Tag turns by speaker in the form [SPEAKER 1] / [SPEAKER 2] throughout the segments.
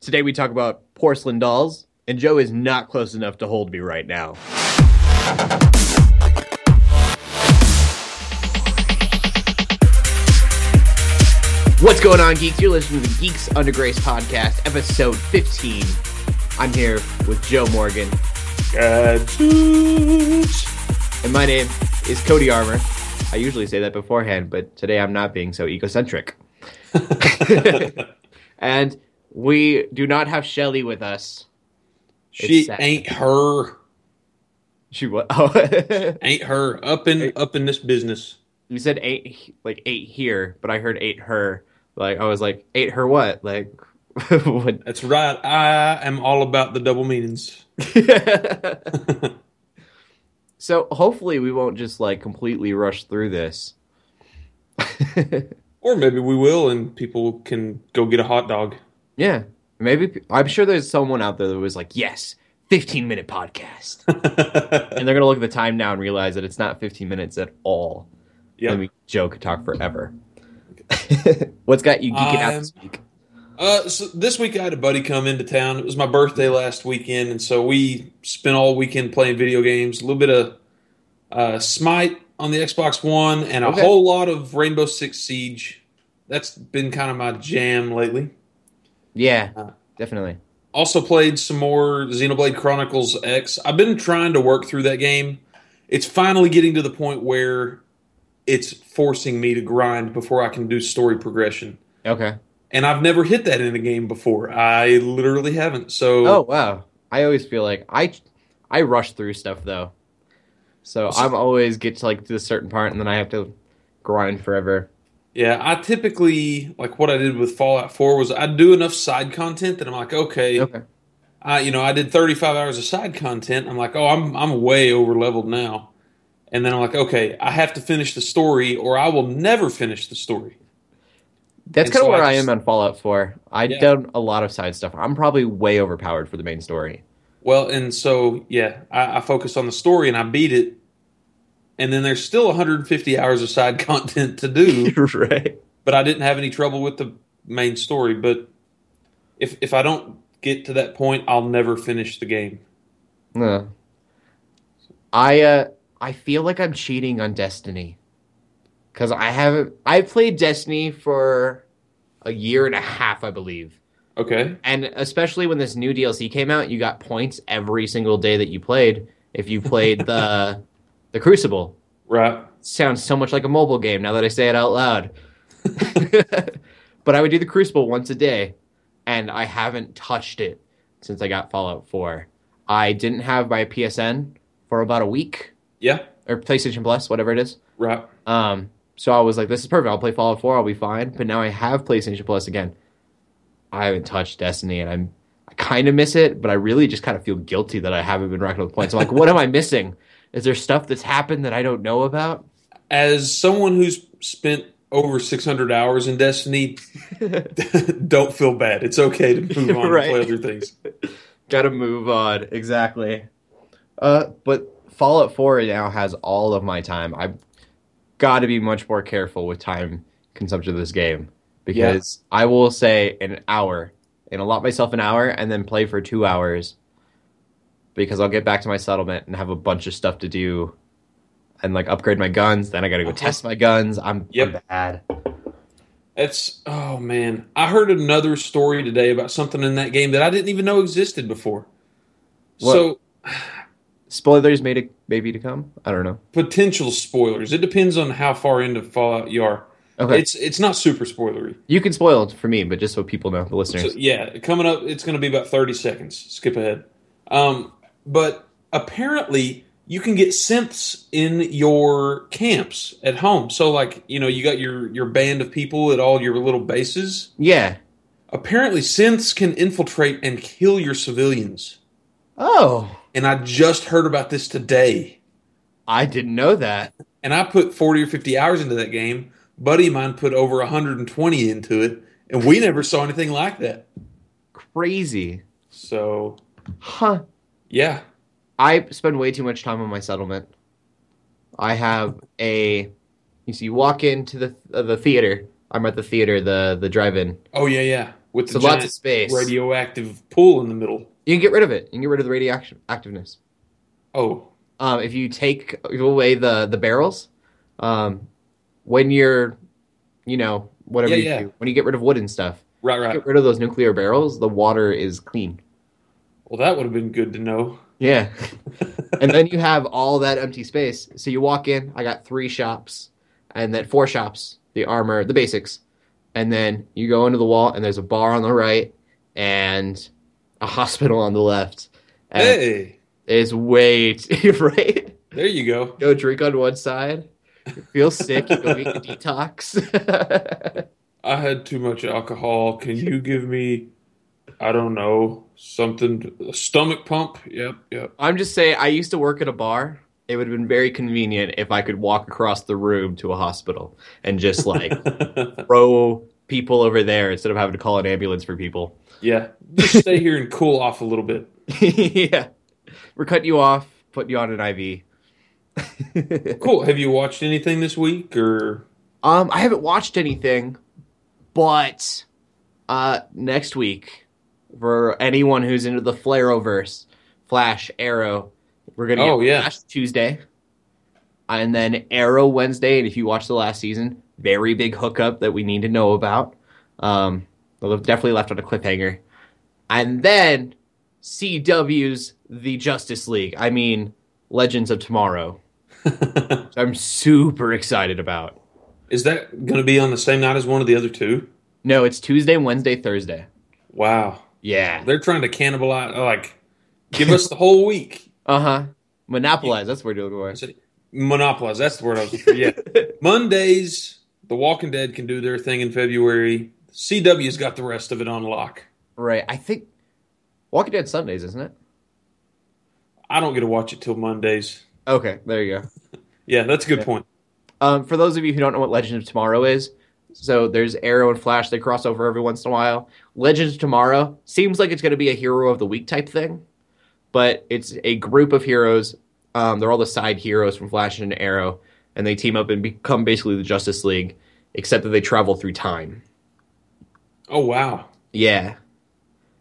[SPEAKER 1] Today we talk about porcelain dolls, and Joe is not close enough to hold me right now. What's going on, geeks? You're listening to the Geeks Under Grace podcast, episode 15. I'm here with Joe Morgan, and my name is Cody Armor. I usually say that beforehand, but today I'm not being so egocentric. and we do not have Shelly with us.
[SPEAKER 2] She
[SPEAKER 1] sad.
[SPEAKER 2] ain't her.
[SPEAKER 1] She what? Oh,
[SPEAKER 2] Ain't her. Up in up in this business.
[SPEAKER 1] you said eight, he- like eight here, but I heard eight her. Like I was like eight her what? Like what?
[SPEAKER 2] That's right. I am all about the double meanings.
[SPEAKER 1] so hopefully we won't just like completely rush through this.
[SPEAKER 2] Or maybe we will and people can go get a hot dog.
[SPEAKER 1] yeah, maybe p- I'm sure there's someone out there that was like, yes, 15 minute podcast, and they're gonna look at the time now and realize that it's not 15 minutes at all.
[SPEAKER 2] yeah.
[SPEAKER 1] And we Joe could talk forever. What's got you geeking out
[SPEAKER 2] I'm-
[SPEAKER 1] this week?
[SPEAKER 2] Uh, so this week I had a buddy come into town. It was my birthday last weekend, and so we spent all weekend playing video games. A little bit of uh, Smite on the Xbox One, and a
[SPEAKER 1] Okay.
[SPEAKER 2] whole lot of Rainbow Six Siege. That's been kind of my jam lately.
[SPEAKER 1] Yeah,
[SPEAKER 2] Uh,
[SPEAKER 1] definitely.
[SPEAKER 2] Also played some more Xenoblade Chronicles X. I've been trying to work through that game. It's finally getting to the point where it's forcing me to grind before I can do story progression.
[SPEAKER 1] Okay.
[SPEAKER 2] And I've never hit that in a game before. I literally haven't. So
[SPEAKER 1] Oh wow! I always feel like I I rush through stuff though, so I'm always get to like to a certain part and then I have to grind forever.
[SPEAKER 2] Yeah, I typically like what I did with Fallout 4 was I do enough side content that I'm like, okay,
[SPEAKER 1] Okay.
[SPEAKER 2] I you know, I did 35 hours of side content. I'm like, oh, I'm I'm way over leveled now. And then I'm like, okay, I have to finish the story or I will never finish the story.
[SPEAKER 1] That's
[SPEAKER 2] And
[SPEAKER 1] kind of
[SPEAKER 2] so
[SPEAKER 1] where
[SPEAKER 2] I
[SPEAKER 1] I,
[SPEAKER 2] just-
[SPEAKER 1] am on Fallout 4. I've
[SPEAKER 2] Yeah.
[SPEAKER 1] done a lot of side stuff. I'm probably way overpowered for the main story.
[SPEAKER 2] Well, and so yeah, I, I focus on the story and I beat it. And then there's still 150 hours of side content to do,
[SPEAKER 1] right.
[SPEAKER 2] but I didn't have any trouble with the main story. But if if I don't get to that point, I'll never finish the game.
[SPEAKER 1] No. I uh I feel like I'm cheating on Destiny. Cause I haven't I played Destiny for a year and a half, I believe.
[SPEAKER 2] Okay.
[SPEAKER 1] And especially when this new DLC came out, you got points every single day that you played if you played the the Crucible.
[SPEAKER 2] Right.
[SPEAKER 1] Sounds so much like a mobile game now that I say it out loud. but I would do the Crucible once a day, and I haven't touched it since I got Fallout 4. I didn't have my PSN for about a week
[SPEAKER 2] Yeah.
[SPEAKER 1] or PlayStation Plus, whatever it is.
[SPEAKER 2] Right.
[SPEAKER 1] Um, so I was like, this is perfect. I'll play Fallout 4. I'll be fine. But now I have PlayStation Plus again. I haven't touched Destiny, and I'm I kind of miss it, but I really just kind of feel guilty that I haven't been racking up the points. I'm like, what am I missing? Is there stuff that's happened that I don't know about?
[SPEAKER 2] As someone who's spent over 600 hours in Destiny, don't feel bad. It's okay to move on
[SPEAKER 1] Right.
[SPEAKER 2] and play other things.
[SPEAKER 1] Gotta move on. Exactly. Uh, but Fallout 4 now has all of my time. I've got to be much more careful with time consumption of this game because I will say an hour and allot myself an hour and then play for two hours because I'll get back to my settlement and have a bunch of stuff to do and like upgrade my guns. Then I got to go
[SPEAKER 2] Uh-huh.
[SPEAKER 1] test my guns. I'm, I'm
[SPEAKER 2] Yep.
[SPEAKER 1] bad.
[SPEAKER 2] That's oh man. I heard another story today about something in that game that I didn't even know existed before.
[SPEAKER 1] What?
[SPEAKER 2] So
[SPEAKER 1] Spoilers made it maybe to come. I don't know.
[SPEAKER 2] potential spoilers. It depends on how far into Fallout you are.
[SPEAKER 1] Okay.
[SPEAKER 2] It's it's not super spoilery.
[SPEAKER 1] you can spoil it for me, but just so people know, the listeners.
[SPEAKER 2] So, yeah, coming up, it's going to be about 30 seconds. Skip ahead. Um, but apparently, you can get synths in your camps at home. So, like, you know, you got your, your band of people at all your little bases.
[SPEAKER 1] yeah.
[SPEAKER 2] Apparently, synths can infiltrate and kill your civilians.
[SPEAKER 1] Oh,
[SPEAKER 2] And I just heard about this today.
[SPEAKER 1] I didn't know that.
[SPEAKER 2] And I put 40 or 50 hours into that game. Buddy of mine put over 120 into it. And we never saw anything like that.
[SPEAKER 1] Crazy.
[SPEAKER 2] So,
[SPEAKER 1] Huh.
[SPEAKER 2] yeah.
[SPEAKER 1] I spend way too much time on my settlement. I have a you see you walk into the uh, the theater. I'm at the theater, the the drive-in.
[SPEAKER 2] Oh, yeah, yeah. with
[SPEAKER 1] It's
[SPEAKER 2] the
[SPEAKER 1] a lot
[SPEAKER 2] giant
[SPEAKER 1] of space.
[SPEAKER 2] radioactive pool in the middle.
[SPEAKER 1] You can get rid of it. You can get rid of the radioactive activeness.
[SPEAKER 2] Oh,
[SPEAKER 1] Um, if you take away the the barrels, um, when you're, you know, whatever you
[SPEAKER 2] Yeah, yeah.
[SPEAKER 1] do, when you get rid of wood and stuff,
[SPEAKER 2] right, right.
[SPEAKER 1] get rid of those nuclear barrels. The water is clean.
[SPEAKER 2] Well, that would have been good to know.
[SPEAKER 1] Yeah. and then you have all that empty space. So you walk in, I got three shops, and then four shops, the armor, the basics. And then you go into the wall, and there's a bar on the right and a hospital on the left. And
[SPEAKER 2] Hey,
[SPEAKER 1] it's way, t- right?
[SPEAKER 2] there you go.
[SPEAKER 1] Go drink on one side. You Feel sick, you go make a detox.
[SPEAKER 2] I had too much alcohol. Can you give me, I don't know, something, a stomach pump? Yep, yep.
[SPEAKER 1] I'm just saying, I used to work at a bar. It would have been very convenient if I could walk across the room to a hospital and just like throw people over there instead of having to call an ambulance for people.
[SPEAKER 2] yeah, just stay here and cool off a little bit.
[SPEAKER 1] yeah. We're cutting you off, putting you on an IV.
[SPEAKER 2] Cool. Have you watched anything this week or?
[SPEAKER 1] Um, I haven't watched anything, but uh, next week, for anyone who's into the Flareoverse, Flash, Arrow, we're going to
[SPEAKER 2] Oh,
[SPEAKER 1] get
[SPEAKER 2] yeah.
[SPEAKER 1] Flash Tuesday and then Arrow Wednesday. And if you watch the last season, very big hookup that we need to know about. Um, well, definitely left on a cliffhanger. And then CW's The Justice League. I mean, Legends of Tomorrow. which I'm super excited about.
[SPEAKER 2] Is that going to be on the same night as one of the other two?
[SPEAKER 1] No, it's Tuesday, Wednesday, Thursday.
[SPEAKER 2] Wow.
[SPEAKER 1] Yeah.
[SPEAKER 2] They're trying to cannibalize, like, give us the whole week.
[SPEAKER 1] Uh huh. Monopolize. That's what we're doing.
[SPEAKER 2] Is it- Monopolize. That's the word I was looking for. Yeah. Mondays, The Walking Dead can do their thing in February. CW's got the rest of it on lock.
[SPEAKER 1] Right. I think Walking Dead Sundays, isn't it?
[SPEAKER 2] I don't get to watch it till Mondays.
[SPEAKER 1] Okay. There you go.
[SPEAKER 2] Yeah, that's a good
[SPEAKER 1] Yeah.
[SPEAKER 2] point.
[SPEAKER 1] Um, for those of you who don't know what Legend of Tomorrow is, so there's Arrow and Flash. They cross over every once in a while. Legend of Tomorrow seems like it's going to be a hero of the week type thing, but it's a group of heroes. Um, they're all the side heroes from Flash and Arrow, and they team up and become basically the Justice League, except that they travel through time.
[SPEAKER 2] Oh, wow.
[SPEAKER 1] Yeah.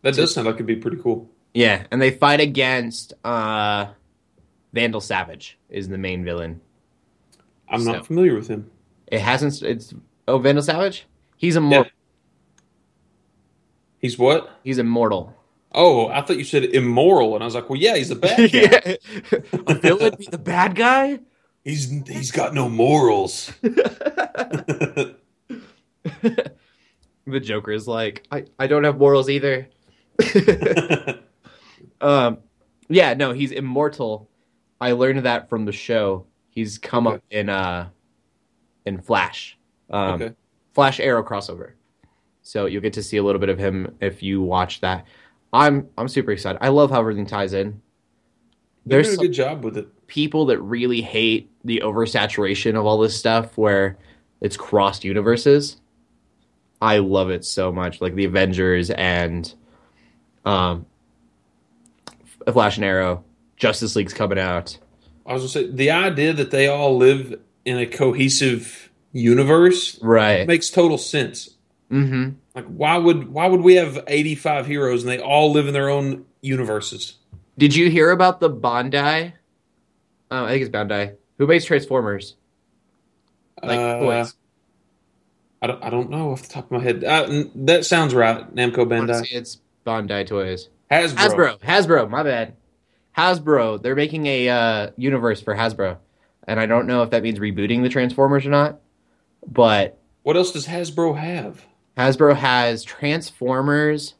[SPEAKER 2] That does sound like it'd be pretty cool.
[SPEAKER 1] Yeah, and they fight against uh Vandal Savage is the main villain.
[SPEAKER 2] I'm
[SPEAKER 1] So-
[SPEAKER 2] not familiar with him.
[SPEAKER 1] It hasn't it's oh Vandal Savage? He's immortal.
[SPEAKER 2] He's what?
[SPEAKER 1] He's immortal.
[SPEAKER 2] Oh, I thought you said immoral, and I was like, well, yeah, he's a bad guy.
[SPEAKER 1] Yeah. A villain be the bad guy?
[SPEAKER 2] He's he's got no morals.
[SPEAKER 1] The Joker is like, I, I don't have morals either. um yeah, no, he's immortal. I learned that from the show. He's come
[SPEAKER 2] Okay.
[SPEAKER 1] up in uh in Flash. Um
[SPEAKER 2] okay.
[SPEAKER 1] Flash Arrow crossover. So you'll get to see a little bit of him if you watch that. I'm I'm super excited. I love how everything ties in.
[SPEAKER 2] They're
[SPEAKER 1] There's some
[SPEAKER 2] doing a good job with it.
[SPEAKER 1] people that really hate the oversaturation of all this stuff where it's crossed universes. I love it so much. Like the Avengers and um F- Flash and Arrow, Justice League's coming out.
[SPEAKER 2] I was gonna say the idea that they all live in a cohesive universe
[SPEAKER 1] Right.
[SPEAKER 2] makes total sense.
[SPEAKER 1] mm-hmm.
[SPEAKER 2] Like why would why would we have eighty five heroes and they all live in their own universes?
[SPEAKER 1] Did you hear about the Bandai? Oh, I think it's Bandai. Who makes Transformers? Like
[SPEAKER 2] Uh,
[SPEAKER 1] toys.
[SPEAKER 2] I don't I don't know off the top of my head. Uh, n- that sounds right. Namco Bandai
[SPEAKER 1] Honestly, it's Bandai toys.
[SPEAKER 2] Hasbro.
[SPEAKER 1] Hasbro. Hasbro. My bad. Hasbro. They're making a uh, universe for Hasbro, and I don't know if that means rebooting the Transformers or not. But
[SPEAKER 2] What else does Hasbro have?
[SPEAKER 1] Hasbro has Transformers,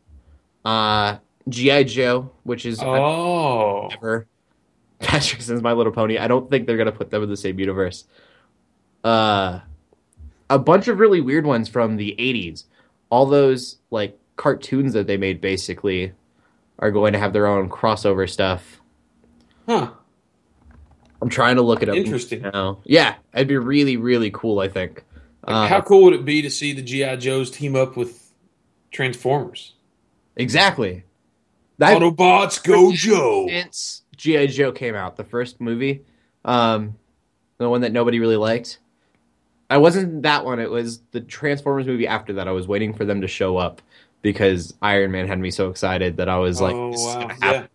[SPEAKER 1] uh, GI Joe, which is
[SPEAKER 2] Oh,
[SPEAKER 1] ever. Patrickson's My Little Pony. I don't think they're gonna put them in the same universe. Uh, a bunch of really weird ones from the '80s. All those like cartoons that they made basically are going to have their own crossover stuff.
[SPEAKER 2] huh?
[SPEAKER 1] I'm trying to look it up
[SPEAKER 2] Interesting.
[SPEAKER 1] now. Yeah, it'd be really really cool. I think. Uh,
[SPEAKER 2] How cool would it be to see the GI Joes team up with Transformers?
[SPEAKER 1] exactly. That
[SPEAKER 2] Autobots, go Joe!
[SPEAKER 1] since GI Joe came out, the first movie, um, the one that nobody really liked. I wasn't that one. It was the Transformers movie after that. I was waiting for them to show up, because Iron Man had me so excited that I was like,
[SPEAKER 2] Oh,
[SPEAKER 1] this is
[SPEAKER 2] wow.
[SPEAKER 1] gonna happen.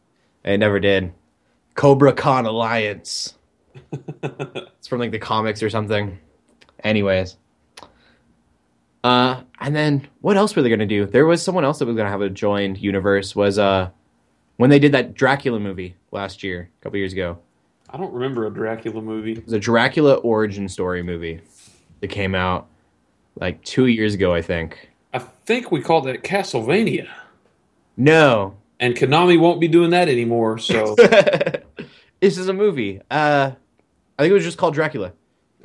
[SPEAKER 1] It never did. Cobra Khan Alliance. it's from like the comics or something. Anyways. Uh and then what else were they gonna do? There was someone else that was gonna have a joined universe was uh when they did that Dracula movie last year, a couple years ago.
[SPEAKER 2] I don't remember a Dracula movie.
[SPEAKER 1] It was a Dracula origin story movie that came out like two years ago, I think.
[SPEAKER 2] I think we called that Castlevania.
[SPEAKER 1] No.
[SPEAKER 2] And Konami won't be doing that anymore, so
[SPEAKER 1] this is a movie. Uh I think it was just called Dracula.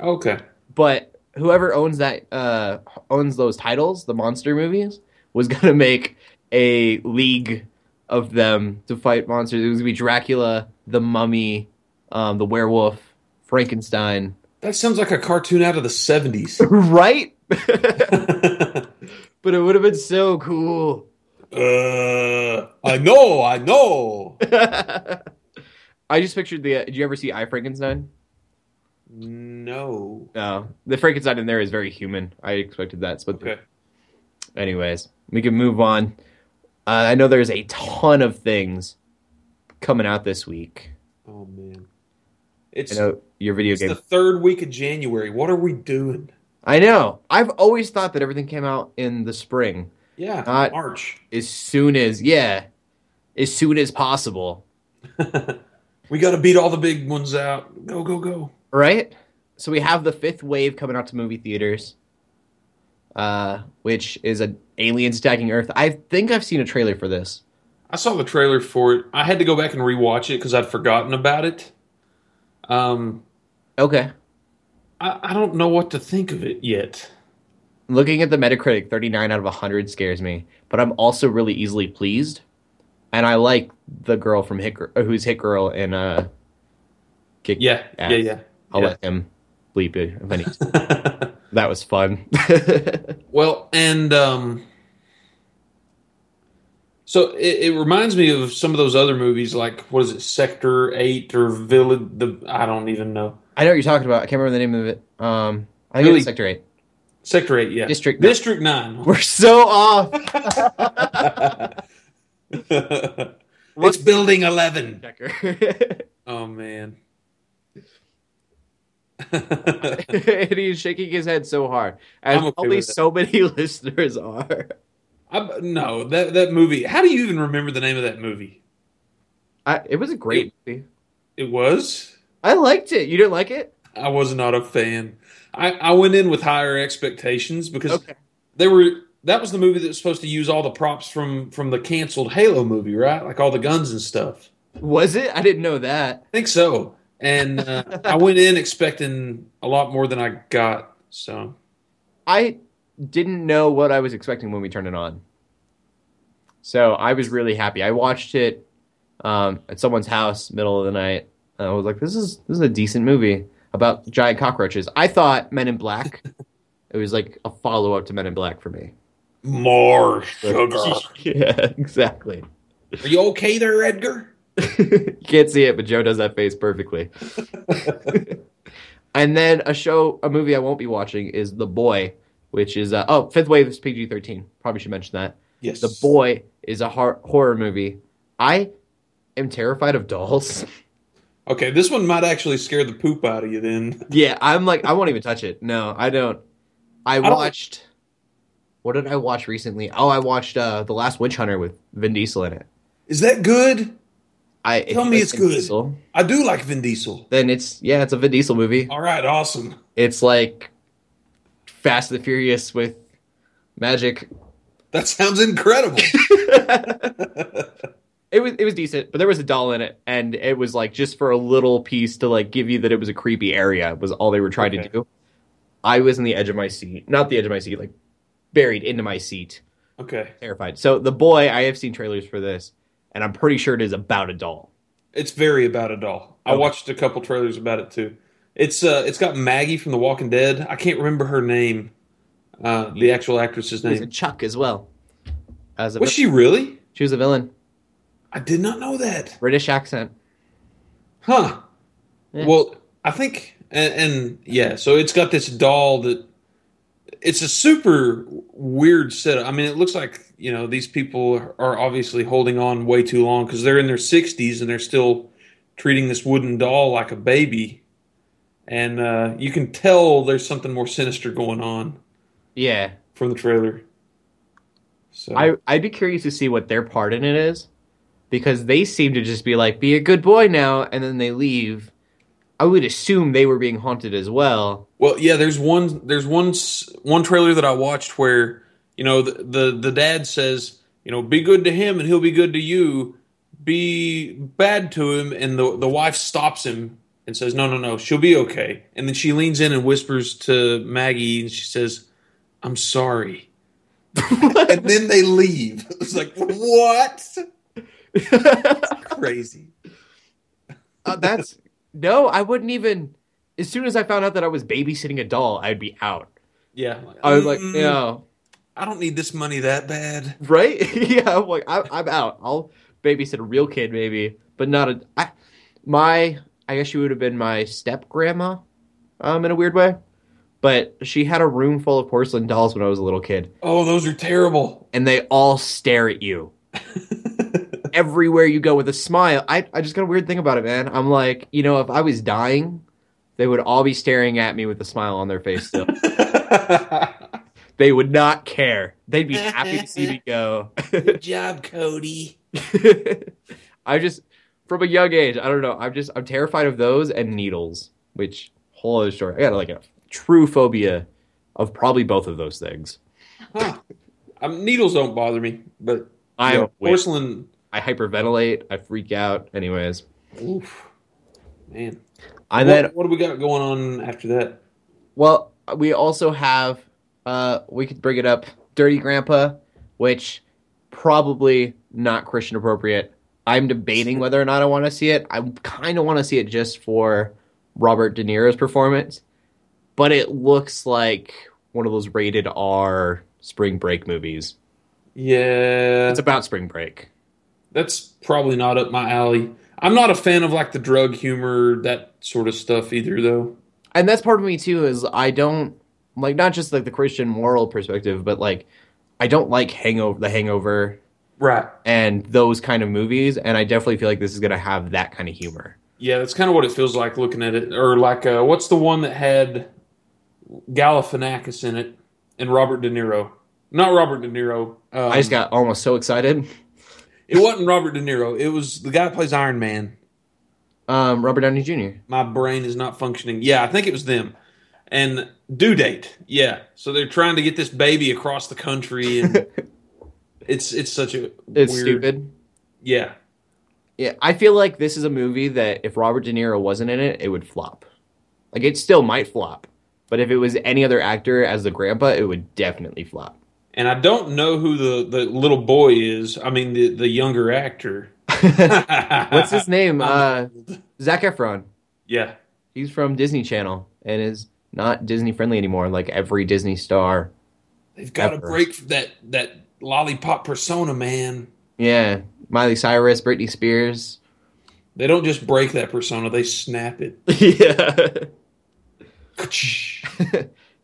[SPEAKER 2] okay.
[SPEAKER 1] but whoever owns that uh, owns those titles, the monster movies, was gonna make a league of them to fight monsters. It was gonna be Dracula, the Mummy, um, the werewolf, Frankenstein,
[SPEAKER 2] That sounds like a cartoon out of the 70s.
[SPEAKER 1] right? but it would have been so cool.
[SPEAKER 2] uh, I know, I know.
[SPEAKER 1] I just pictured the. Uh, did you ever see I Frankenstein?
[SPEAKER 2] No.
[SPEAKER 1] No, the Frankenstein in there is very human. I expected that. But
[SPEAKER 2] Okay.
[SPEAKER 1] anyways, we can move on. Uh, I know there's a ton of things coming out this week.
[SPEAKER 2] Oh man. It's,
[SPEAKER 1] I know your video
[SPEAKER 2] it's
[SPEAKER 1] game.
[SPEAKER 2] the third week of January. What are we doing?
[SPEAKER 1] I know. I've always thought that everything came out in the spring,
[SPEAKER 2] Yeah,
[SPEAKER 1] Not-
[SPEAKER 2] March.
[SPEAKER 1] as soon as yeah, as soon as possible,
[SPEAKER 2] We got to beat all the big ones out. Go go go.
[SPEAKER 1] right? So we have the fifth wave coming out to movie theaters, uh, which is an aliens attacking Earth. I think I've seen a trailer for this.
[SPEAKER 2] I saw the trailer for it. I had to go back and rewatch it because I'd forgotten about it. Um,
[SPEAKER 1] Okay,
[SPEAKER 2] I, I don't know what to think of it yet.
[SPEAKER 1] looking at the Metacritic, thirty nine out of hundred scares me, but I'm also really easily pleased, and I like the girl from Hit, Gir- who's Hit Girl in uh, Kick
[SPEAKER 2] Yeah, yeah,
[SPEAKER 1] Ass.
[SPEAKER 2] yeah.
[SPEAKER 1] I'll
[SPEAKER 2] yeah.
[SPEAKER 1] let him bleep it if I need to. that was fun.
[SPEAKER 2] Well, and um, so it, it reminds me of some of those other movies, like what is it, Sector Eight or Village? The I don't even know.
[SPEAKER 1] I know what you're talking about. I can't remember the name of it. Um, I think it
[SPEAKER 2] Really?
[SPEAKER 1] was Sector 8.
[SPEAKER 2] Sector Eight, yeah.
[SPEAKER 1] District Nine.
[SPEAKER 2] District Nine.
[SPEAKER 1] We're so off.
[SPEAKER 2] it's Building Eleven.
[SPEAKER 1] Checker.
[SPEAKER 2] Oh man.
[SPEAKER 1] and he's shaking his head so hard. As
[SPEAKER 2] I'm okay
[SPEAKER 1] probably
[SPEAKER 2] with it.
[SPEAKER 1] so many listeners are.
[SPEAKER 2] I, no, that that movie. How do you even remember the name of that movie?
[SPEAKER 1] I, it was a great movie.
[SPEAKER 2] It was.
[SPEAKER 1] I liked it. You didn't like it?
[SPEAKER 2] I was not a fan. I, I went in with higher expectations because
[SPEAKER 1] Okay.
[SPEAKER 2] they were. That was the movie that was supposed to use all the props from from the canceled Halo movie, right? Like all the guns and stuff.
[SPEAKER 1] Was it? I didn't know that.
[SPEAKER 2] I think so. And uh, I went in expecting a lot more than I got. So
[SPEAKER 1] I didn't know what I was expecting when we turned it on. So I was really happy. I watched it um, at someone's house, middle of the night. And I was like, "This is this is a decent movie about giant cockroaches." I thought Men in Black. it was like a follow up to Men in Black for me.
[SPEAKER 2] more sugar.
[SPEAKER 1] yeah, exactly.
[SPEAKER 2] Are you okay there, Edgar?
[SPEAKER 1] you can't see it, but Joe does that face perfectly. and then a show, a movie I won't be watching is The Boy, which is uh, oh Fifth Wave is PG thirteen. Probably should mention that.
[SPEAKER 2] Yes.
[SPEAKER 1] The Boy is a hor- horror movie. I am terrified of dolls.
[SPEAKER 2] Okay, this one might actually scare the poop out of you. Then
[SPEAKER 1] yeah, I'm like, I won't even touch it. No, I don't. I
[SPEAKER 2] don't-
[SPEAKER 1] watched. What did I watch recently? Oh, I watched uh, The Last Witch Hunter with Vin Diesel in it.
[SPEAKER 2] is that good?
[SPEAKER 1] I if
[SPEAKER 2] Tell
[SPEAKER 1] you
[SPEAKER 2] me
[SPEAKER 1] like
[SPEAKER 2] it's
[SPEAKER 1] Vin
[SPEAKER 2] good.
[SPEAKER 1] Diesel,
[SPEAKER 2] I do like Vin Diesel.
[SPEAKER 1] then it's yeah, it's a Vin Diesel movie.
[SPEAKER 2] All right, awesome.
[SPEAKER 1] It's like Fast and the Furious with magic.
[SPEAKER 2] That sounds incredible.
[SPEAKER 1] It was it was decent, but there was a doll in it, and it was like just for a little piece to like give you that it was a creepy area was all they were trying
[SPEAKER 2] Okay.
[SPEAKER 1] to do. I was in the edge of my seat, not the edge of my seat, like buried into my seat,
[SPEAKER 2] okay,
[SPEAKER 1] terrified. So the boy, I have seen trailers for this, and I'm pretty sure it is about a doll.
[SPEAKER 2] it's very about a doll. I
[SPEAKER 1] Okay.
[SPEAKER 2] watched a couple trailers about it too. It's uh, it's got Maggie from The Walking Dead. I can't remember her name, uh, the actual actress's
[SPEAKER 1] There's a
[SPEAKER 2] name.
[SPEAKER 1] Chuck as well. As a
[SPEAKER 2] Was
[SPEAKER 1] vil-
[SPEAKER 2] she really?
[SPEAKER 1] she was a villain,
[SPEAKER 2] I did not know that.
[SPEAKER 1] British accent.
[SPEAKER 2] Huh.
[SPEAKER 1] Yeah.
[SPEAKER 2] Well, I think, and, and yeah, so it's got this doll that it's a super weird setup. I mean, it looks like you know these people are obviously holding on way too long because they're in their 60s and they're still treating this wooden doll like a baby, and uh, you can tell there's something more sinister going on
[SPEAKER 1] Yeah.
[SPEAKER 2] from the trailer. So
[SPEAKER 1] I, I'd be curious to see what their part in it is because they seem to just be like, be a good boy now, and then they leave. I would assume they were being haunted as well.
[SPEAKER 2] Well, yeah, there's one there's one s- one trailer that I watched where you know the, the the dad says you know be good to him and he'll be good to you. Be bad to him, and the the wife stops him and says no no no she'll be okay. And then she leans in and whispers to Maggie and she says I'm sorry.
[SPEAKER 1] Uh,
[SPEAKER 2] and then they leave. It's like what? Crazy.
[SPEAKER 1] Uh, that's no, I wouldn't even. As soon as I found out that I was babysitting a doll, I'd be out.
[SPEAKER 2] Yeah.
[SPEAKER 1] I was like,
[SPEAKER 2] "Mm,
[SPEAKER 1] yeah,
[SPEAKER 2] I don't need this money that bad.
[SPEAKER 1] right? yeah, I'm like, I, I'm out. I'll babysit a real kid, maybe, but not a. I, my, I guess she would have been my step grandma, um, in a weird way. But she had a room full of porcelain dolls when I was a little kid,
[SPEAKER 2] Oh, those are terrible.
[SPEAKER 1] and they all stare at you everywhere you go with a smile. I, I just got a weird thing about it, man. I'm like, you know, if I was dying, they would all be staring at me with a smile on their face still.
[SPEAKER 2] Good
[SPEAKER 1] they would not care. They'd be happy to see me go.
[SPEAKER 2] job, Cody.
[SPEAKER 1] I just from a young age, I don't know. I'm just I'm terrified of those and needles, which whole other story. I got like a true phobia of probably both of those things.
[SPEAKER 2] Huh. Um, needles don't bother me, but
[SPEAKER 1] I'm
[SPEAKER 2] yeah,
[SPEAKER 1] weird.
[SPEAKER 2] porcelain.
[SPEAKER 1] I hyperventilate. I freak out. Anyways,
[SPEAKER 2] Oof,
[SPEAKER 1] and
[SPEAKER 2] man. what,
[SPEAKER 1] then
[SPEAKER 2] what do we got going on after that?
[SPEAKER 1] Well, we also have uh we could bring it up Dirty Grandpa, which probably not Christian appropriate. I'm debating whether or not I want to see it. I kind of want to see it just for Robert De Niro's performance, but it looks like one of those rated R spring break movies.
[SPEAKER 2] Yeah,
[SPEAKER 1] It's about spring break.
[SPEAKER 2] that's probably not up my alley. I'm not a fan of like the drug humor, that sort of stuff either, though.
[SPEAKER 1] and that's part of me too is i don't like not just like the christian moral perspective but like i don't like hangover the hangover
[SPEAKER 2] Right.
[SPEAKER 1] and those kind of movies and i definitely feel like this is going to have that kind of humor
[SPEAKER 2] Yeah, that's kind of what it feels like looking at it. Or like, uh, what's the one that had Galifianakis in it and Robert De Niro? Not Robert De Niro. Um,
[SPEAKER 1] i just got almost so excited
[SPEAKER 2] It wasn't Robert De Niro. It was the guy that plays Iron Man.
[SPEAKER 1] um robert downey jr
[SPEAKER 2] My brain is not functioning. Yeah, I think it was them. And due date. Yeah. So they're trying to get this baby across the country, and it's it's such a
[SPEAKER 1] it's
[SPEAKER 2] weird,
[SPEAKER 1] stupid
[SPEAKER 2] Yeah.
[SPEAKER 1] yeah i feel like this is a movie that if robert de niro wasn't in it it would flop like it still might flop but if it was any other actor as the grandpa it would definitely flop
[SPEAKER 2] And I don't know who the, the little boy is. I mean, the the younger actor.
[SPEAKER 1] what's his name uh zach efron
[SPEAKER 2] Yeah.
[SPEAKER 1] he's from Disney Channel and is not Disney friendly anymore, like every Disney star.
[SPEAKER 2] They've got to
[SPEAKER 1] Ever.
[SPEAKER 2] break that that lollipop persona, man.
[SPEAKER 1] Yeah, Miley Cyrus, Britney Spears.
[SPEAKER 2] They don't just break that persona; they snap it.
[SPEAKER 1] yeah.
[SPEAKER 2] Ka-chish.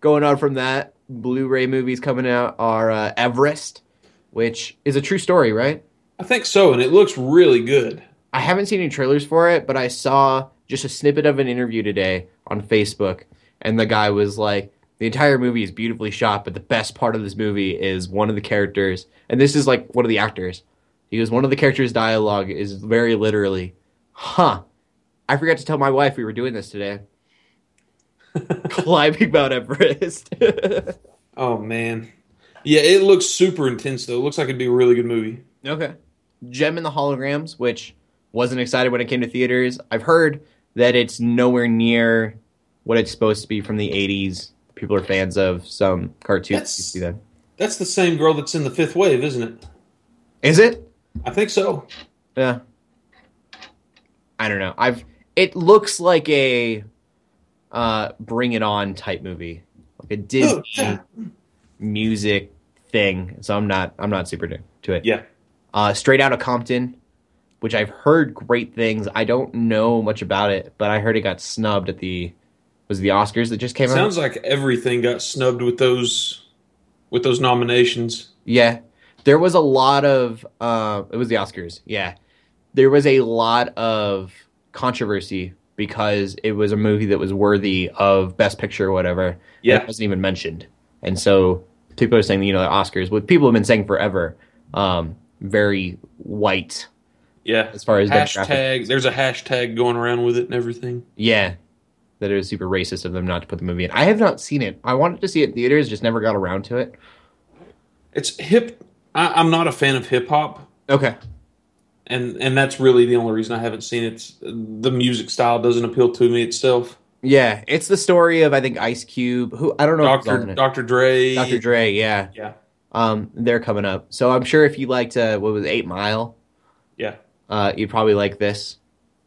[SPEAKER 1] Going on from that, Blu-ray movies coming out are uh, Everest, which is a true story, right?
[SPEAKER 2] I think so, and it looks really good.
[SPEAKER 1] I haven't seen any trailers for it, but I saw just a snippet of an interview today on Facebook, and the guy was like, "The entire movie is beautifully shot, but the best part of this movie is one of the characters, and this is like one of the actors. He goes, one of the characters' dialogue is very literally, huh? I forgot to tell my wife we were doing this today, climbing Mount Everest."
[SPEAKER 2] Oh man, yeah, it looks super intense though. It looks like it'd be a really good movie.
[SPEAKER 1] Okay. Gem and the Holograms, which wasn't excited when it came to theaters. I've heard that it's nowhere near what it's supposed to be from the 80s. People are fans of some cartoons.
[SPEAKER 2] That's-
[SPEAKER 1] You see that?
[SPEAKER 2] That's the same girl that's in the Fifth Wave, isn't it?
[SPEAKER 1] Is it?
[SPEAKER 2] I think so.
[SPEAKER 1] Yeah. I don't know. I've it looks like a uh bring it on type movie. Like a Disney
[SPEAKER 2] Oh, yeah.
[SPEAKER 1] music thing. So I'm not I'm not super new to it.
[SPEAKER 2] Yeah,
[SPEAKER 1] uh, Straight Out of Compton, which I've heard great things. I don't know much about it, but I heard it got snubbed at the was it the Oscars that just came out.
[SPEAKER 2] Sounds like everything got snubbed with those with those nominations.
[SPEAKER 1] Yeah. There was a lot of uh it was the Oscars. Yeah. There was a lot of controversy because it was a movie that was worthy of best picture or whatever. and
[SPEAKER 2] Yeah.
[SPEAKER 1] It wasn't even mentioned. And so people are saying, you know, the Oscars, what people have been saying forever, um, very white
[SPEAKER 2] Yeah.
[SPEAKER 1] as far as demographic.
[SPEAKER 2] Hashtag. There's a hashtag going around with it and everything.
[SPEAKER 1] Yeah. That it was super racist of them not to put the movie in. I have not seen it. I wanted to see it in theaters, just never got around to it.
[SPEAKER 2] It's hip. I, I'm not a fan of hip hop,
[SPEAKER 1] Okay.
[SPEAKER 2] and and that's really the only reason I haven't seen it. It's- the music style doesn't appeal to me itself.
[SPEAKER 1] Yeah. It's the story of I think Ice Cube, who I don't know if it's on
[SPEAKER 2] Doctor
[SPEAKER 1] it.
[SPEAKER 2] Doctor Dre.
[SPEAKER 1] Dr. Dre, yeah.
[SPEAKER 2] Yeah.
[SPEAKER 1] Um, they're coming up. So I'm sure if you liked uh what was it, Eight Mile,
[SPEAKER 2] Yeah.
[SPEAKER 1] uh, you'd probably like this.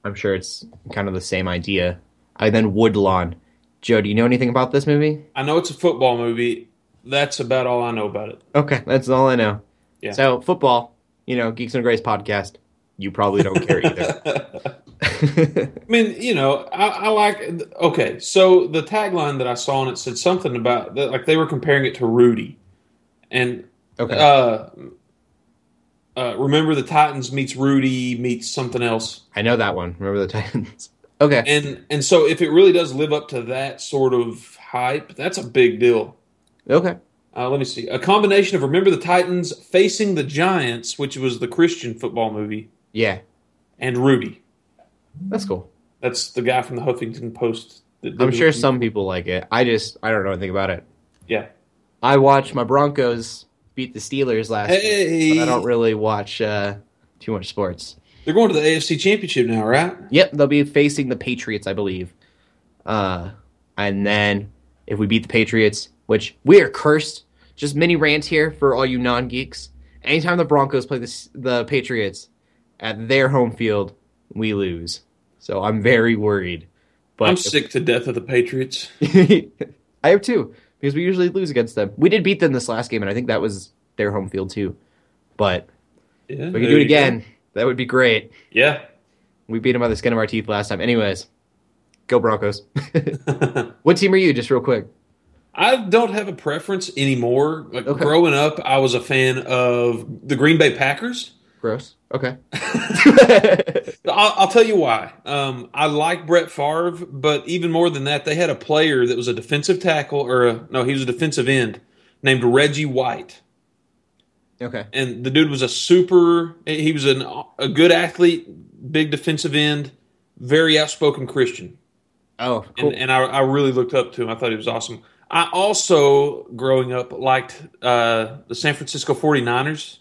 [SPEAKER 1] I'm sure it's kind of the same idea. I then Woodlawn. Joe, do you know anything about this movie?
[SPEAKER 2] I know it's a football movie. That's about all I know about it.
[SPEAKER 1] Okay, that's all I know.
[SPEAKER 2] Yeah.
[SPEAKER 1] So football, you know, Geeks and Grace podcast. You probably don't care either.
[SPEAKER 2] I mean, you know, I, I like. Okay, so the tagline that I saw and it said something about that, like they were comparing it to Rudy, and
[SPEAKER 1] okay.
[SPEAKER 2] uh, uh, remember the Titans meets Rudy meets something else,
[SPEAKER 1] I know that one. Remember the Titans. Okay.
[SPEAKER 2] and and so if it really does live up to that sort of hype, that's a big deal.
[SPEAKER 1] Okay.
[SPEAKER 2] Uh, let me see. A combination of Remember the Titans facing the Giants, which was the Christian football movie,
[SPEAKER 1] Yeah.
[SPEAKER 2] and Rudy.
[SPEAKER 1] That's cool.
[SPEAKER 2] That's the guy from the Huffington Post. that did
[SPEAKER 1] I'm
[SPEAKER 2] the-
[SPEAKER 1] sure some people like it. I just I don't know anything about it.
[SPEAKER 2] Mm-hmm. Yeah.
[SPEAKER 1] I watched my Broncos beat the Steelers last
[SPEAKER 2] Hey.
[SPEAKER 1] week, but I don't really watch uh, too much sports.
[SPEAKER 2] They're going to the AFC Championship now, right?
[SPEAKER 1] Yep, they'll be facing the Patriots, I believe. Uh, and then if we beat the Patriots, which we are cursed, just mini rant here for all you non geeks. Anytime the Broncos play the S- the Patriots at their home field, we lose. So I'm very worried. But
[SPEAKER 2] I'm sick to death of the Patriots.
[SPEAKER 1] I have two because we usually lose against them. We did beat them this last game, and I think that was their home field too. But
[SPEAKER 2] Yeah,
[SPEAKER 1] if we could do it again. That would be great.
[SPEAKER 2] Yeah.
[SPEAKER 1] We beat them by the skin of our teeth last time. Anyways, go Broncos. what team are you? Just real quick.
[SPEAKER 2] I don't have a preference anymore. Like
[SPEAKER 1] Okay.
[SPEAKER 2] growing up, I was a fan of the Green Bay Packers.
[SPEAKER 1] Gross. Okay.
[SPEAKER 2] I'll, I'll tell you why. Um, I like Brett Favre, but even more than that, they had a player that was a defensive tackle, or a, no, he was a defensive end named Reggie White.
[SPEAKER 1] okay.
[SPEAKER 2] and the dude was a super he was an, a good athlete big defensive end very outspoken christian
[SPEAKER 1] Oh,
[SPEAKER 2] and,
[SPEAKER 1] cool.
[SPEAKER 2] and I, I really looked up to him i thought he was awesome i also growing up liked uh, the san francisco 49ers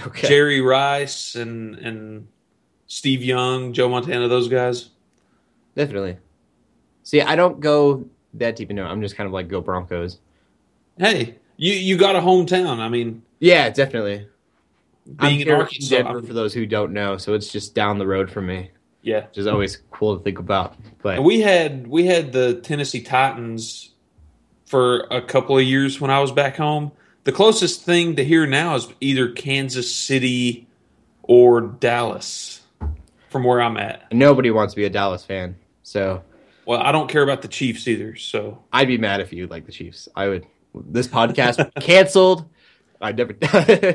[SPEAKER 2] uh,
[SPEAKER 1] okay.
[SPEAKER 2] jerry rice and and steve young joe montana those guys
[SPEAKER 1] Definitely. See, I don't go that deep into it. I'm just kind of like go Broncos.
[SPEAKER 2] hey you you got a hometown i mean
[SPEAKER 1] Yeah, definitely.
[SPEAKER 2] being
[SPEAKER 1] I'm
[SPEAKER 2] in
[SPEAKER 1] here
[SPEAKER 2] arkansas
[SPEAKER 1] Denver
[SPEAKER 2] I'm-
[SPEAKER 1] for those who don't know, so it's just down the road from me.
[SPEAKER 2] yeah
[SPEAKER 1] which is always cool to think about. But
[SPEAKER 2] And we had we had the Tennessee Titans for a couple of years when I was back home. The closest thing to here now is either Kansas City or Dallas from where I'm at.
[SPEAKER 1] nobody wants to be a Dallas fan, so
[SPEAKER 2] Well, I don't care about the Chiefs either, so
[SPEAKER 1] I'd be mad if you like the Chiefs. I would. This podcast would be canceled. I never.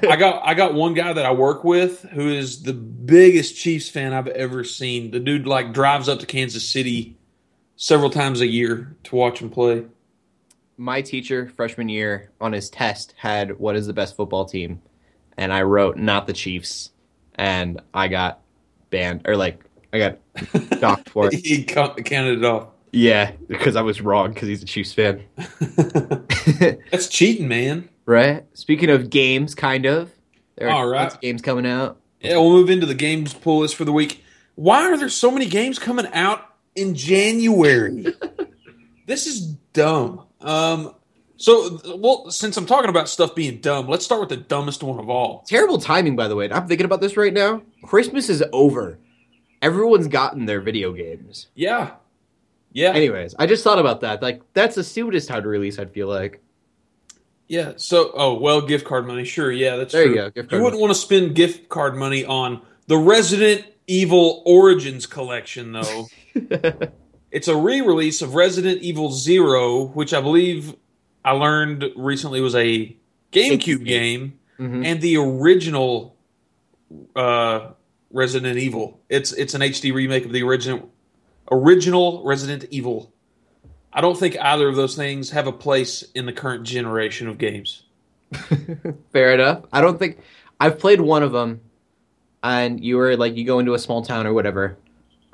[SPEAKER 2] I got I got one guy that I work with who is the biggest Chiefs fan I've ever seen. The dude like drives up to Kansas City several times a year to watch him play.
[SPEAKER 1] My teacher freshman year on his test had what is the best football team, and I wrote not the Chiefs, and I got banned or like I got docked for it.
[SPEAKER 2] He ca- counted it off.
[SPEAKER 1] Yeah, because I was wrong because he's a Chiefs fan.
[SPEAKER 2] That's cheating, man.
[SPEAKER 1] Right. Speaking of games, kind of. There are
[SPEAKER 2] All right.
[SPEAKER 1] lots of games coming out.
[SPEAKER 2] Yeah, we'll move into the games pull list for the week. Why are there so many games coming out in January? this is dumb. Um, so, well, since I'm talking about stuff being dumb, let's start with the dumbest one of all.
[SPEAKER 1] Terrible timing, by the way. And I'm thinking about this right now. Christmas is over. Everyone's gotten their video games.
[SPEAKER 2] Yeah, yeah,
[SPEAKER 1] Anyways, I just thought about that. Like, that's the stupidest time to release, I feel like.
[SPEAKER 2] yeah. So, oh well, gift card money. Sure, yeah, that's
[SPEAKER 1] There you
[SPEAKER 2] true.
[SPEAKER 1] go, gift card
[SPEAKER 2] wouldn't want to spend gift card money on the Resident Evil Origins collection, though. It's a re-release of Resident Evil Zero, which I believe I learned recently was a GameCube game,
[SPEAKER 1] Mhm.
[SPEAKER 2] and the original uh, Resident Evil. It's it's an HD remake of the original original Resident Evil. I don't think either of those things have a place in the current generation of games.
[SPEAKER 1] Fair enough. I don't think I've played one of them, and you were like you go into a small town or whatever,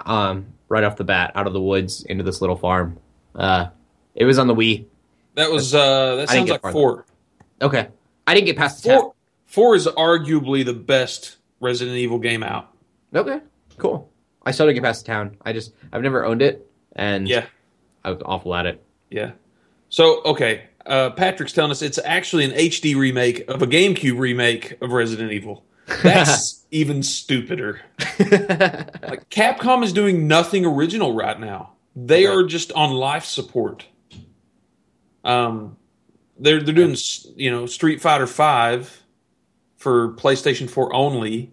[SPEAKER 1] um, right off the bat, out of the woods into this little farm. Uh, it was on the Wii.
[SPEAKER 2] That was uh, that
[SPEAKER 1] I didn't
[SPEAKER 2] sounds
[SPEAKER 1] get
[SPEAKER 2] like
[SPEAKER 1] far
[SPEAKER 2] four.
[SPEAKER 1] Okay, I didn't get past the town.
[SPEAKER 2] Four, four is arguably the best Resident Evil game out.
[SPEAKER 1] Okay, cool. I still didn't get past the town. I just I've never owned it, and
[SPEAKER 2] Yeah,
[SPEAKER 1] I was awful at it.
[SPEAKER 2] yeah. So okay, uh, Patrick's telling us it's actually an HD remake of a GameCube remake of Resident Evil. That's even stupider. Like Capcom is doing nothing original right now. They
[SPEAKER 1] Right.
[SPEAKER 2] are just on life support. Um, they're they're doing s- you know Street Fighter Five for PlayStation Four only.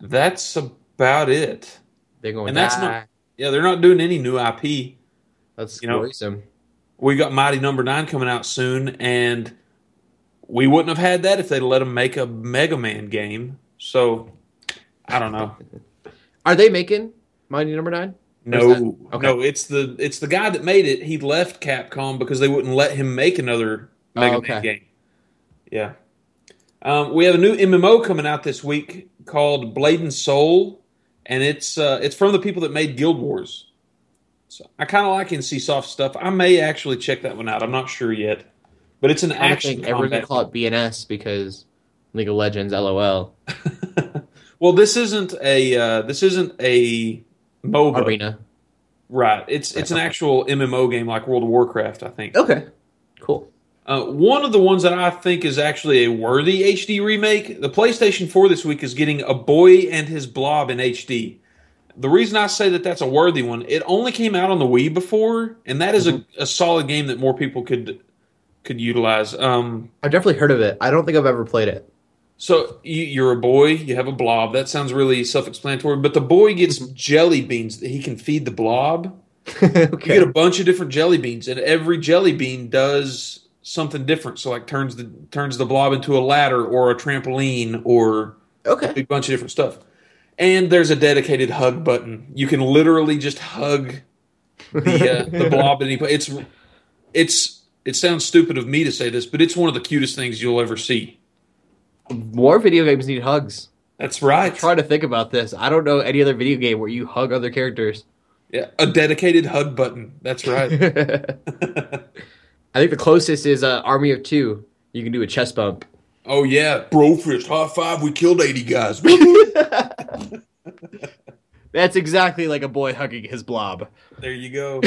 [SPEAKER 2] That's about it.
[SPEAKER 1] They're going.
[SPEAKER 2] And that's not-
[SPEAKER 1] "Ah,
[SPEAKER 2] Yeah, they're not doing any new IP.
[SPEAKER 1] that's
[SPEAKER 2] you know-
[SPEAKER 1] worrisome.
[SPEAKER 2] We got Mighty Number Nine coming out soon, and we wouldn't have had that if they'd let them make a Mega Man game. So I don't know.
[SPEAKER 1] Are they making Mighty Number Nine? Where's
[SPEAKER 2] No,
[SPEAKER 1] that? Okay.
[SPEAKER 2] no, it's the it's the guy that made it. He left Capcom because they wouldn't let him make another
[SPEAKER 1] Oh,
[SPEAKER 2] Mega Man
[SPEAKER 1] okay.
[SPEAKER 2] game. Yeah, um, we have a new MMO coming out this week called Blade and Soul, and it's uh, it's from the people that made Guild Wars. So I kind of like NCSoft stuff. I may actually check that one out. I'm not sure yet, but it's an
[SPEAKER 1] I don't
[SPEAKER 2] action
[SPEAKER 1] think everyone's gonna
[SPEAKER 2] combat.
[SPEAKER 1] call it BNS because League of Legends. LOL.
[SPEAKER 2] well, this isn't a uh, this isn't a MOBA,
[SPEAKER 1] Arena.
[SPEAKER 2] right? It's it's an
[SPEAKER 1] Right.
[SPEAKER 2] actual MMO game like World of Warcraft, I think.
[SPEAKER 1] Okay. Cool.
[SPEAKER 2] Uh, one of the ones that I think is actually a worthy HD remake, the PlayStation 4 this week is getting A Boy and His Blob in HD. The reason I say that that's a worthy one, it only came out on the Wii before, and that is a, a solid game that more people could could utilize. Um,
[SPEAKER 1] I've definitely heard of it. I don't think I've ever played it.
[SPEAKER 2] so you, you're a boy, you have a blob. That sounds really self-explanatory, but the boy gets jelly beans that he can feed the blob. You
[SPEAKER 1] okay.
[SPEAKER 2] get a bunch of different jelly beans, and every jelly bean does something different. So like turns the turns the blob into a ladder or a trampoline or a
[SPEAKER 1] okay.
[SPEAKER 2] big bunch of different stuff. And there's a dedicated hug button. You can literally just hug the uh, the blob at any point. It's it's it sounds stupid of me to say this, but it's one of the cutest things you'll ever see.
[SPEAKER 1] More video games need hugs.
[SPEAKER 2] That's right.
[SPEAKER 1] Try to think about this. I don't know any other video game where you hug other characters.
[SPEAKER 2] Yeah, a dedicated hug button. That's right.
[SPEAKER 1] I think the closest is uh, Army of Two. You can do a chest bump.
[SPEAKER 2] oh yeah, bro fist high five. We killed eighty guys.
[SPEAKER 1] That's exactly like a boy hugging his blob.
[SPEAKER 2] There you go.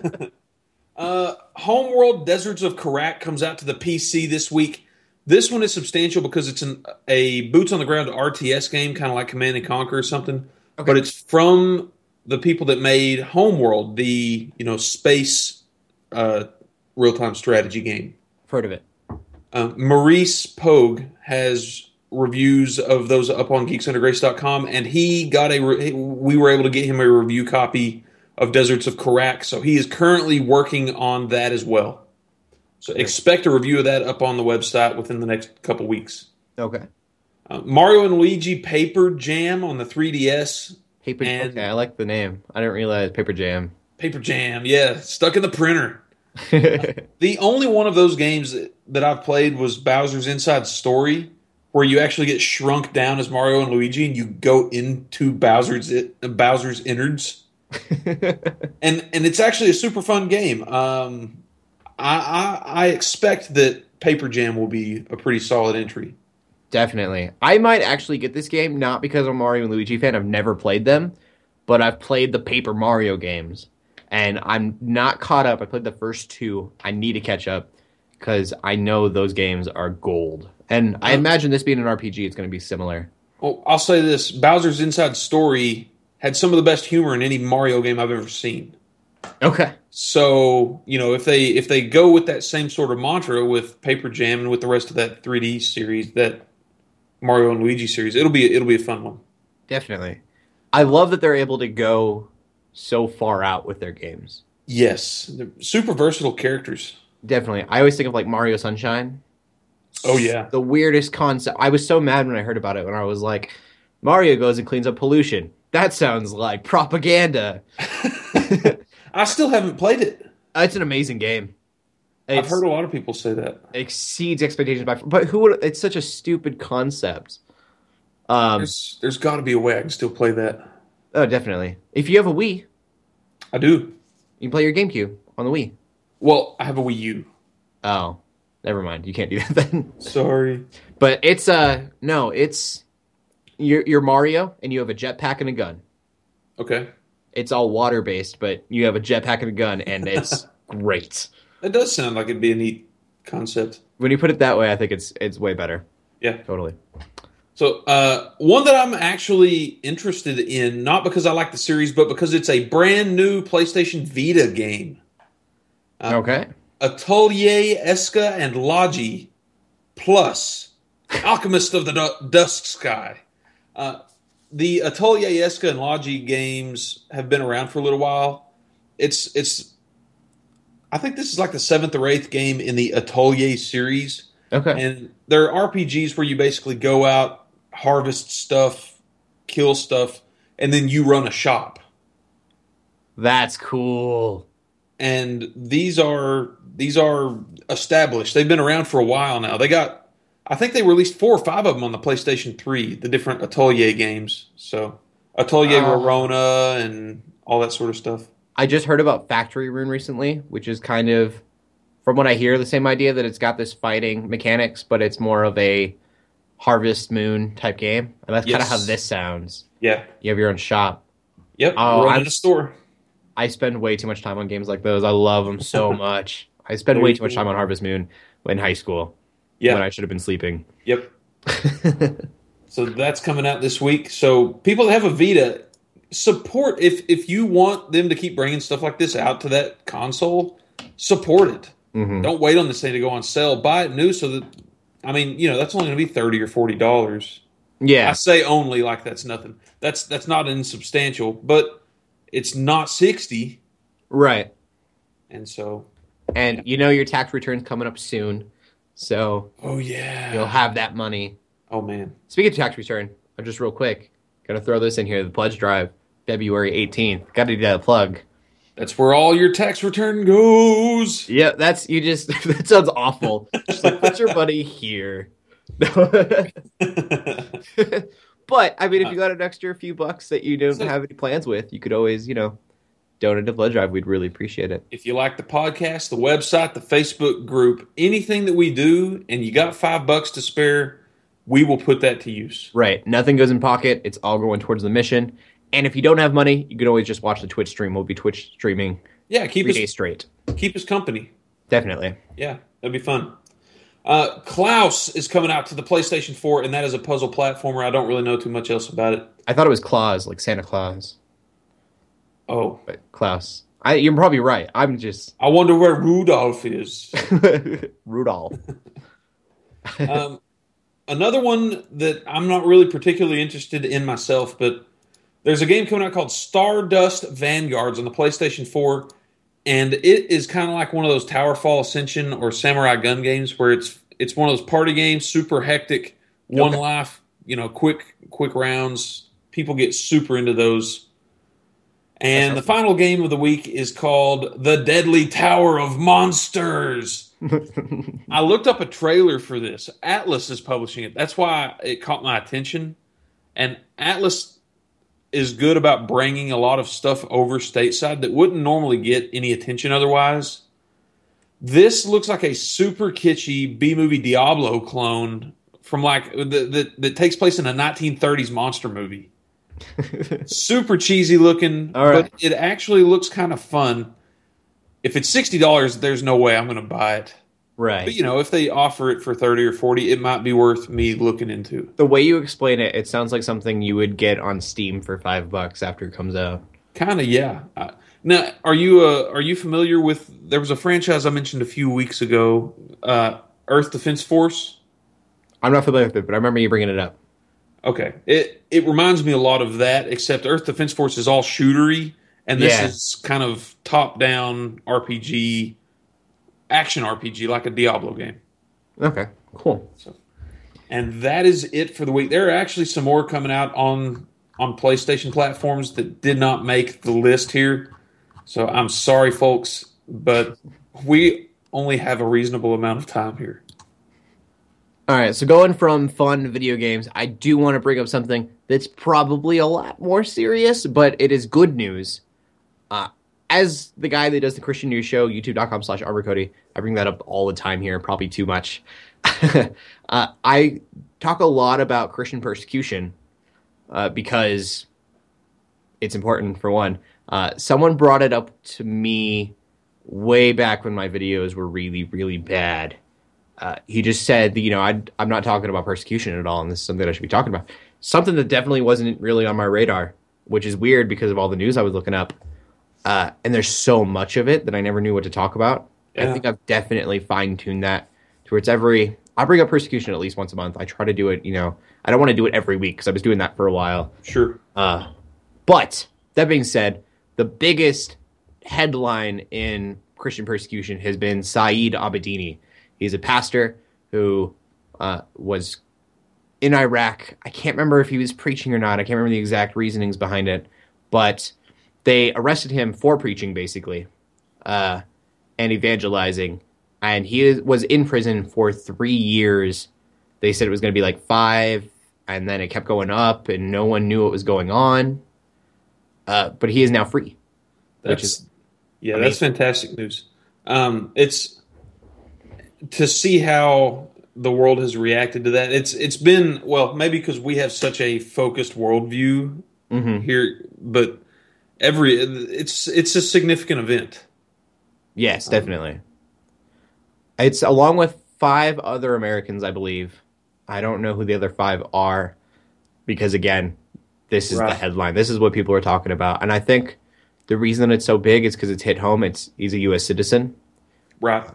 [SPEAKER 2] uh, Homeworld Deserts of Karak comes out to the PC this week. This one is substantial because it's an, a boots on the ground RTS game, kind of like Command and Conquer or something.
[SPEAKER 1] Okay.
[SPEAKER 2] But it's from the people that made Homeworld, the you know space uh, real time strategy game.
[SPEAKER 1] I've heard of it.
[SPEAKER 2] Uh, Maurice Pogue has reviews of those up on geeksundergrace.com, and he got a. Re- we were able to get him a review copy of Deserts of Karak, so he is currently working on that as well. So expect a review of that up on the website within the next couple weeks.
[SPEAKER 1] Okay.
[SPEAKER 2] Uh, Mario and Luigi Paper Jam on the 3DS.
[SPEAKER 1] Paper.
[SPEAKER 2] And-
[SPEAKER 1] okay, I like the name. I didn't realize Paper Jam.
[SPEAKER 2] Paper Jam, yeah, stuck in the printer. The only one of those games that, that I've played was Bowser's Inside Story, where you actually get shrunk down as Mario and Luigi, and you go into Bowser's Bowser's innards, and and it's actually a super fun game. Um, I, I I expect that Paper Jam will be a pretty solid entry.
[SPEAKER 1] Definitely. I might actually get this game not because I'm a Mario and Luigi fan. I've never played them, but I've played the Paper Mario games, and I'm not caught up. I played the first two. I need to catch up because I know those games are gold. And I imagine this being an RPG, it's going to be similar.
[SPEAKER 2] Well, I'll say this: Bowser's Inside Story had some of the best humor in any Mario game I've ever seen.
[SPEAKER 1] Okay.
[SPEAKER 2] So you know if they if they go with that same sort of mantra with Paper Jam and with the rest of that 3D series, that Mario and Luigi series, it'll be it'll be a fun one.
[SPEAKER 1] Definitely. I love that they're able to go so far out with their games.
[SPEAKER 2] Yes, they're super versatile characters.
[SPEAKER 1] Definitely. I always think of like Mario Sunshine.
[SPEAKER 2] Oh yeah,
[SPEAKER 1] The weirdest concept. I was so mad when I heard about it when I was like, Mario goes and cleans up pollution. That sounds like propaganda. Uh,
[SPEAKER 2] I still haven't played it.
[SPEAKER 1] It's an amazing game.
[SPEAKER 2] I've heard a lot of people say that.
[SPEAKER 1] exceeds expectations by but who would it's such a stupid concept um
[SPEAKER 2] There's, there's got to be a way I can still play that.
[SPEAKER 1] oh definitely if you have a wii you
[SPEAKER 2] I do.
[SPEAKER 1] can play your gamecube on the wii
[SPEAKER 2] Well, I have a Wii U.
[SPEAKER 1] oh never mind you can't do that then
[SPEAKER 2] Sorry.
[SPEAKER 1] but it's uh no it's you're, you're mario and you have a jetpack and a gun
[SPEAKER 2] Okay,
[SPEAKER 1] it's all water based but you have a jetpack and a gun and it's great
[SPEAKER 2] that does sound like it'd be a neat concept.
[SPEAKER 1] when you put it that way i think it's it's way better
[SPEAKER 2] Yeah.
[SPEAKER 1] totally
[SPEAKER 2] So, uh, one that I'm actually interested in, not because I like the series, but because it's a brand new PlayStation Vita game. Uh,
[SPEAKER 1] okay
[SPEAKER 2] Atelier Esca and Logi plus Alchemist of the Du- Dusk Sky. Uh, the Atelier Esca and Logi games have been around for a little while. It's it's I think this is like the seventh or eighth game in the Atelier series.
[SPEAKER 1] okay
[SPEAKER 2] And there are RPGs where you basically go out, harvest stuff, kill stuff, and then you run a shop.
[SPEAKER 1] that's cool
[SPEAKER 2] and these are these are established. They've been around for a while now. They got I think they released four or five of them on the PlayStation 3, the different Atelier games. So Atelier
[SPEAKER 1] Ah.
[SPEAKER 2] Rorona and all that sort of stuff.
[SPEAKER 1] I just heard about Factory Rune recently, which is kind of, from what I hear, the same idea that it's got this fighting mechanics, but it's more of a Harvest Moon type game. And that's kind of
[SPEAKER 2] Yes.
[SPEAKER 1] how this sounds.
[SPEAKER 2] Yeah.
[SPEAKER 1] You have your own shop.
[SPEAKER 2] Yep.
[SPEAKER 1] Oh,
[SPEAKER 2] Rorona
[SPEAKER 1] I'm-
[SPEAKER 2] store.
[SPEAKER 1] I spend way too much time on games like those. I love them so much. I spend way too much time on Harvest Moon in high school
[SPEAKER 2] Yeah.
[SPEAKER 1] when I should have been sleeping. Mm-hmm.
[SPEAKER 2] Yep. So that's coming out this week. So people that have a Vita support if if you want them to keep bringing stuff like this out to that console, support it.
[SPEAKER 1] Mhm.
[SPEAKER 2] Don't wait on this thing to go on sale. Buy it new so that I mean, you know, that's only going to be 30 or 40 dollars. I
[SPEAKER 1] Yeah,
[SPEAKER 2] say only like that's nothing. That's that's not insubstantial, but it's not 60
[SPEAKER 1] right.
[SPEAKER 2] and so
[SPEAKER 1] And you know your tax return's coming up soon, so
[SPEAKER 2] oh yeah.
[SPEAKER 1] you'll have that money.
[SPEAKER 2] oh man.
[SPEAKER 1] Speaking of tax return, I'm just real quick gonna throw this in here. The pledge drive, February 18th. Got to do that plug.
[SPEAKER 2] That's where all your tax return goes.
[SPEAKER 1] Yeah, that's you. Just that sounds awful. Just like put your money here. but I mean, if you got an extra few bucks that you don't
[SPEAKER 2] So-
[SPEAKER 1] have any plans with, you could always, you know, donate to pledge drive. We'd really appreciate it.
[SPEAKER 2] If you like the podcast, the website, the Facebook group, anything that we do, and you got five bucks to spare, we will put that to use.
[SPEAKER 1] Right, nothing goes in pocket. It's all going towards the mission. And if you don't have money, you can always just watch the Twitch stream. We'll be Twitch streaming
[SPEAKER 2] Yeah, keep
[SPEAKER 1] three days
[SPEAKER 2] us
[SPEAKER 1] straight.
[SPEAKER 2] keep us company.
[SPEAKER 1] Definitely.
[SPEAKER 2] Yeah, that'd be fun. Uh, Klaus is coming out to the PlayStation 4, and that is a puzzle platformer. I don't really know too much else about it.
[SPEAKER 1] I thought it was Claus, like Santa Claus.
[SPEAKER 2] Oh,
[SPEAKER 1] but Klaus. I, you're probably right. I'm just
[SPEAKER 2] I wonder where Rudolph is.
[SPEAKER 1] Rudolph.
[SPEAKER 2] um, another one that I'm not really particularly interested in myself, but there's a game coming out called Stardust Vanguards on the PlayStation 4, and it is kind of like one of those Towerfall Ascension or Samurai Gun games where it's it's one of those party games, super hectic, one
[SPEAKER 1] Okay.
[SPEAKER 2] life, you know, quick quick rounds. People get super into those. And the final game of the week is called The Deadly Tower of Monsters. I looked up a trailer for this. Atlas is publishing it. That's why it caught my attention. And Atlas is good about bringing a lot of stuff over stateside that wouldn't normally get any attention otherwise. This looks like a super kitschy B movie Diablo clone from like that that that takes place in a 1930s monster movie. super cheesy looking,
[SPEAKER 1] All right.
[SPEAKER 2] but it actually looks kind of fun. If it's sixty dollars, there's no way I'm going to buy it. But
[SPEAKER 1] right.
[SPEAKER 2] you know, if they offer it for thirty or forty, it might be worth me looking into.
[SPEAKER 1] The way you explain it, it sounds like something you would get on Steam for five bucks after it comes out.
[SPEAKER 2] Kind of, yeah. I, now, are you uh, are you familiar with? There was a franchise I mentioned a few weeks ago, uh, Earth Defense Force.
[SPEAKER 1] I'm not familiar with it, but I remember you bringing it up.
[SPEAKER 2] Okay, it it reminds me a lot of that, except Earth Defense Force is all shootery, and this
[SPEAKER 1] Yeah.
[SPEAKER 2] is kind of top-down RPG, action RPG, like a Diablo game.
[SPEAKER 1] Okay, cool.
[SPEAKER 2] And that is it for the week. There are actually some more coming out on on PlayStation platforms that did not make the list here. So I'm sorry, folks, but we only have a reasonable amount of time here.
[SPEAKER 1] All right, so going from fun video games, I do want to bring up something that's probably a lot more serious, but it is good news. Uh, as the guy that does the Christian News Show, youtube.com slash arborcody, I bring that up all the time here, probably too much. uh, I talk a lot about Christian persecution uh, because it's important, for one. Uh, someone brought it up to me way back when my videos were really, really bad uh, he just said, that, you know, I, I'm not talking about persecution at all, and this is something I should be talking about. Something that definitely wasn't really on my radar, which is weird because of all the news I was looking up. Uh, and there's so much of it that I never knew what to talk about. I
[SPEAKER 2] Yeah.
[SPEAKER 1] think I've definitely fine tuned that to where it's every. I bring up persecution at least once a month. I try to do it, you know, I don't want to do it every week because I was doing that for a while.
[SPEAKER 2] Sure.
[SPEAKER 1] Uh, but that being said, the biggest headline in Christian persecution has been Saeed Abedini. He's a pastor who uh, was in Iraq. I can't remember if he was preaching or not. I can't remember the exact reasonings behind it, but they arrested him for preaching, basically, uh, and evangelizing. And he is- was in prison for three years. They said it was going to be like five, and then it kept going up, and no one knew what was going on. Uh, but he is now free.
[SPEAKER 2] That's,
[SPEAKER 1] is-
[SPEAKER 2] yeah, that's fantastic news. Um, it's to see how the world has reacted to that. It's it's been well, maybe because we have such a focused worldview
[SPEAKER 1] Mm-hmm.
[SPEAKER 2] here, but every it's it's a significant event.
[SPEAKER 1] Yes, definitely. it's along with five other Americans, I believe. I don't know who the other five are because, again, this is the
[SPEAKER 2] Right.
[SPEAKER 1] headline. This is what people are talking about. And I think the reason it's so big is because it's hit home. It's he's a U.S. citizen.
[SPEAKER 2] Right.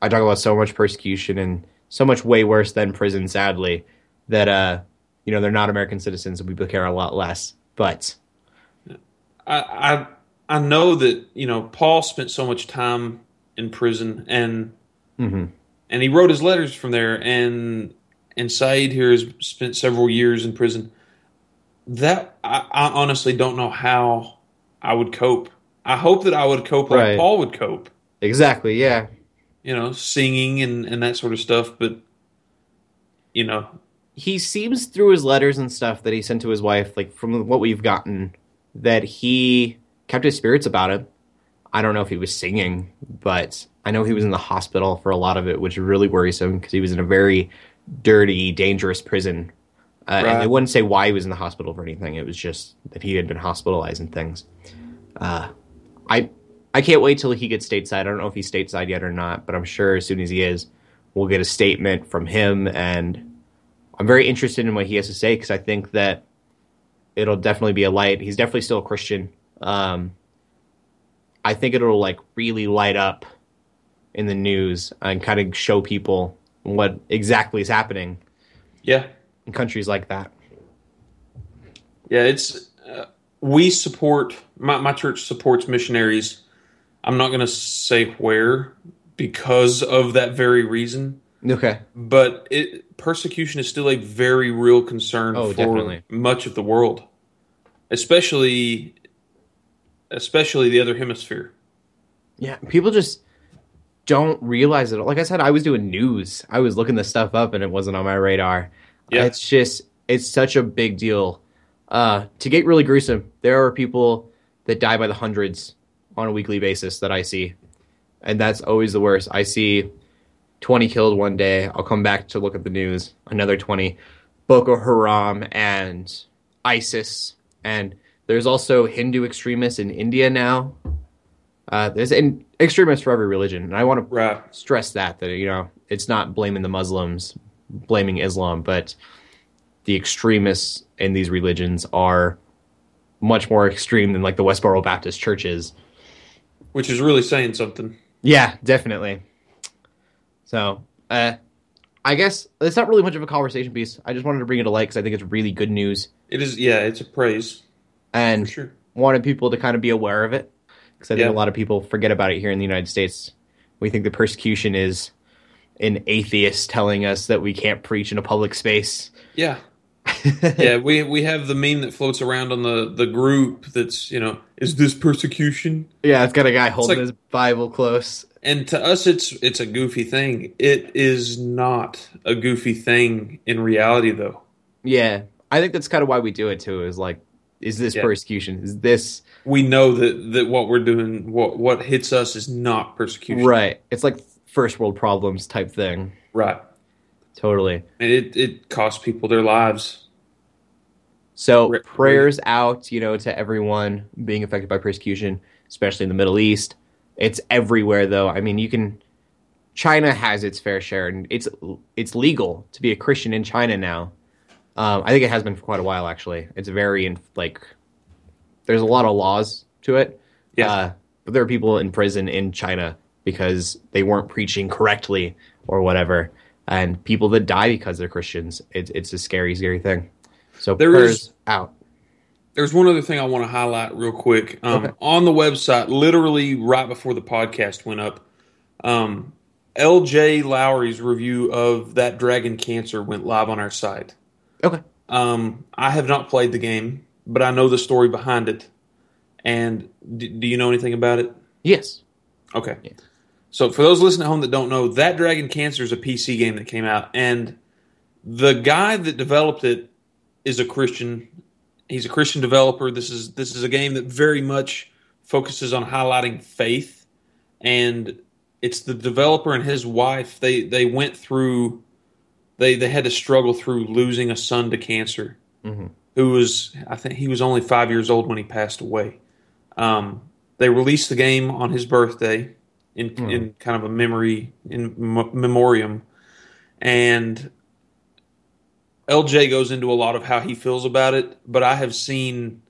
[SPEAKER 1] I talk about so much persecution and so much way worse than prison, sadly, that uh, you know, they're not American citizens and people care a lot less. But
[SPEAKER 2] I, I I know that you know Paul spent so much time in prison and
[SPEAKER 1] Mhm.
[SPEAKER 2] and he wrote his letters from there and and Said here has spent several years in prison. That I, I honestly don't know how I would cope. I hope that I would cope
[SPEAKER 1] Right.
[SPEAKER 2] like Paul would cope,
[SPEAKER 1] exactly, yeah.
[SPEAKER 2] you know, singing and, and that sort of stuff. But you know,
[SPEAKER 1] he seems through his letters and stuff that he sent to his wife, like from what we've gotten, that he kept his spirits about him. I don't know if he was singing, but I know he was in the hospital for a lot of it, which really worries him because he was in a very dirty, dangerous prison. Uh,
[SPEAKER 2] Right.
[SPEAKER 1] And they wouldn't say why he was in the hospital for anything. It was just that he had been hospitalized and things. Uh, I I can't wait till he gets stateside. I don't know if he's stateside yet or not, but I'm sure as soon as he is, we'll get a statement from him and I'm very interested in what he has to say because I think that it'll definitely be a light. He's definitely still a Christian. Um, I think it'll like really light up in the news and kind of show people what exactly is happening
[SPEAKER 2] yeah,
[SPEAKER 1] in countries like that.
[SPEAKER 2] Yeah, it's uh, we support my my church supports missionaries. I'm not going to say where because of that very reason,
[SPEAKER 1] Okay.
[SPEAKER 2] but it persecution is still a very real concern
[SPEAKER 1] Oh,
[SPEAKER 2] for
[SPEAKER 1] definitely.
[SPEAKER 2] much of the world, especially especially the other hemisphere.
[SPEAKER 1] Yeah, people just don't realize it. Like I said, I was doing news. I was looking this stuff up, and it wasn't on my radar.
[SPEAKER 2] Yeah.
[SPEAKER 1] It's just it's such a big deal. Uh, to get really gruesome, there are people that die by the hundreds on a weekly basis that I see, and that's always the worst. I see twenty killed one day. I'll come back to look at the news. Another twenty. Boko Haram and ISIS, and there's also Hindu extremists in India now uh, there's an extremists for every religion, and I want to
[SPEAKER 2] Right.
[SPEAKER 1] stress that that you know it's not blaming the Muslims, blaming Islam, but the extremists in these religions are much more extreme than like the Westboro Baptist churches.
[SPEAKER 2] Which is really saying something.
[SPEAKER 1] Yeah, definitely. So, uh, I guess it's not really much of a conversation piece. I just wanted to bring it to light because I think it's really good news,
[SPEAKER 2] It is yeah, it's a praise
[SPEAKER 1] and
[SPEAKER 2] for sure.
[SPEAKER 1] wanted people to kind of be aware of it because I think
[SPEAKER 2] Yeah.
[SPEAKER 1] a lot of people forget about it here in the United States. We think the persecution is an atheist telling us that we can't preach in a public space.
[SPEAKER 2] Yeah. yeah, we we have the meme that floats around on the the group that's, you know, is this persecution?
[SPEAKER 1] Yeah, it's got a guy holding
[SPEAKER 2] like-
[SPEAKER 1] his Bible close.
[SPEAKER 2] And to us it's it's a goofy thing. It is not a goofy thing in reality though.
[SPEAKER 1] Yeah, I think that's kind of why we do it too. Is like, is this
[SPEAKER 2] Yeah.
[SPEAKER 1] persecution? Is this
[SPEAKER 2] We know that that what we're doing what what hits us is not persecution.
[SPEAKER 1] right? It's like first world problems type thing.
[SPEAKER 2] Right.
[SPEAKER 1] Totally.
[SPEAKER 2] And it it costs people their lives.
[SPEAKER 1] So
[SPEAKER 2] Re-
[SPEAKER 1] prayers out, you know, to everyone being affected by persecution, especially in the Middle East. It's everywhere though. I mean, you can China has its fair share and it's it's legal to be a Christian in China now. Um, I think it has been for quite a while actually. It's very in, like there's a lot of laws to it.
[SPEAKER 2] Yeah.
[SPEAKER 1] Uh, but there are people in prison in China because they weren't preaching correctly or whatever, and people that die because they're Christians. It's it's a scary, scary thing. So
[SPEAKER 2] There
[SPEAKER 1] prayers
[SPEAKER 2] is-
[SPEAKER 1] out.
[SPEAKER 2] There's one other thing I want to highlight real quick. Um,
[SPEAKER 1] Okay.
[SPEAKER 2] On the website, literally right before the podcast went up, um, LJ Lowry's review of that Dragon Cancer went live on our site.
[SPEAKER 1] Okay.
[SPEAKER 2] Um, I have not played the game, but I know the story behind it. And d- do you know anything about it?
[SPEAKER 1] Yes.
[SPEAKER 2] Okay.
[SPEAKER 1] Yeah.
[SPEAKER 2] So for those listening at home that don't know, that Dragon Cancer is a PC game that came out, and the guy that developed it is a Christian. He's a Christian developer. This is this is a game that very much focuses on highlighting faith, and it's the developer and his wife. They they went through, they they had to struggle through losing a son to cancer,
[SPEAKER 1] Mhm.
[SPEAKER 2] who was I think he was only five years old when he passed away. Um, they released the game on his birthday in in kind of a memory in m- memoriam, and LJ goes into a lot of how he feels about it. But I have seen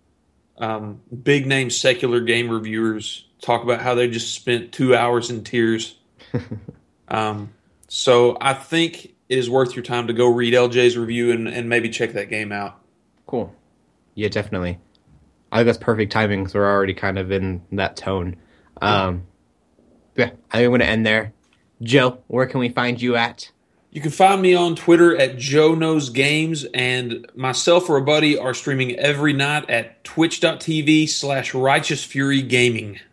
[SPEAKER 2] um, big name secular game reviewers talk about how they just spent two hours in tears. um, so I think it is worth your time to go read LJ's review and, and maybe check that game out.
[SPEAKER 1] Cool. Yeah, definitely. I think that's perfect timing because we're already kind of in that tone. Um, yeah, I think I'm going to end there. Joe, where can we find you at?
[SPEAKER 2] You can find me on Twitter at Joe Knows Games, and myself or a buddy are streaming every night at twitch.tv slash righteous fury gaming.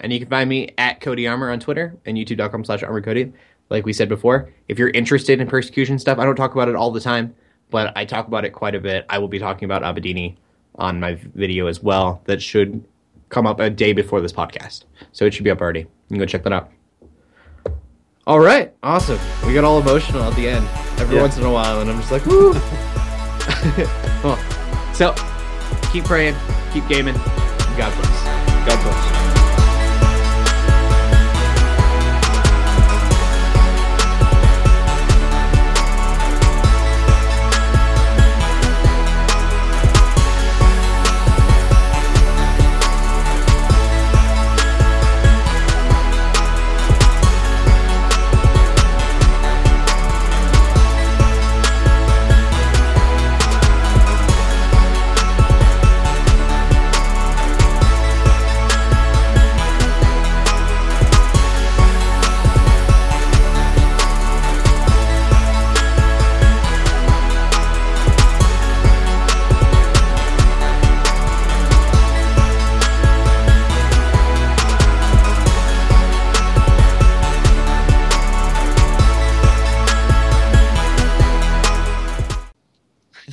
[SPEAKER 1] And you can find me at Cody Armor on Twitter and youtube.com slash armor Cody. Like we said before, if you're interested in persecution stuff, I don't talk about it all the time, but I talk about it quite a bit. I will be talking about Abedini on my video as well. That should come up a day before this podcast. So it should be up already. You can go check that out. All right. Awesome. We got all emotional at the end every
[SPEAKER 2] Yeah.
[SPEAKER 1] once in a while, and I'm just like, woo. oh. So keep praying, keep gaming. God bless.
[SPEAKER 2] God bless.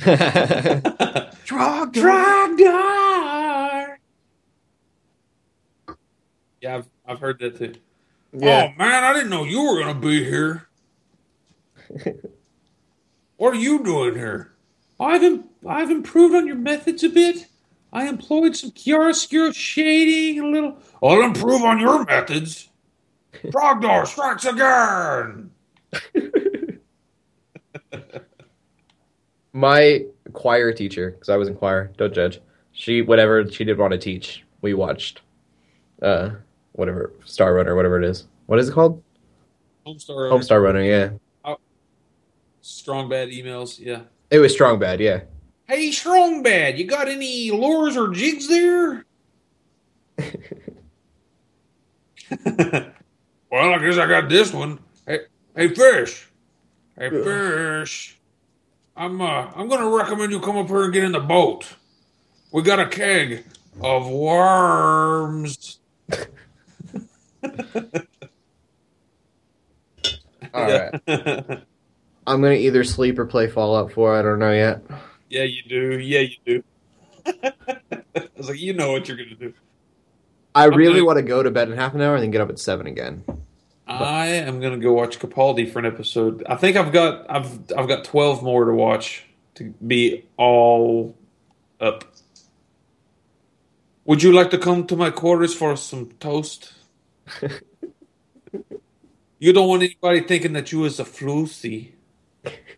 [SPEAKER 1] Drug
[SPEAKER 2] Dragdar. Yeah, I've, I've heard that too.
[SPEAKER 1] Yeah.
[SPEAKER 2] Oh man, I didn't know you were gonna be here. what are you doing here? I've Im- I've improved on your methods a bit. I employed some chiaroscuro shading, a little. I'll improve on your methods. Drogdor strikes again.
[SPEAKER 1] My choir teacher, because I was in choir, don't judge. She whatever she did want to teach, we watched uh whatever Star Runner, whatever it is. What is it called?
[SPEAKER 2] Homestar,
[SPEAKER 1] Home Star Runner, yeah.
[SPEAKER 2] strong bad emails. Yeah.
[SPEAKER 1] It was Strong Bad, yeah.
[SPEAKER 2] Hey, Strong Bad, you got any lures or jigs there? well, I guess I got this one. Hey, hey, fish. Hey,
[SPEAKER 1] Yeah.
[SPEAKER 2] fish. I'm uh, I'm gonna recommend you come up here and get in the boat. We got a keg of worms.
[SPEAKER 1] All right. I'm gonna either sleep or play Fallout 4. I don't know yet.
[SPEAKER 2] Yeah, you do. Yeah, you do. I was like, you know what you're gonna do.
[SPEAKER 1] I
[SPEAKER 2] I'm
[SPEAKER 1] really
[SPEAKER 2] gonna-
[SPEAKER 1] want to go to bed in half an hour and then get up at seven again.
[SPEAKER 2] I am gonna go watch Capaldi for an episode. I think I've got I've I've got twelve more to watch to be all up. Would you like to come to my quarters for some toast? you don't want anybody thinking that you is a floozy.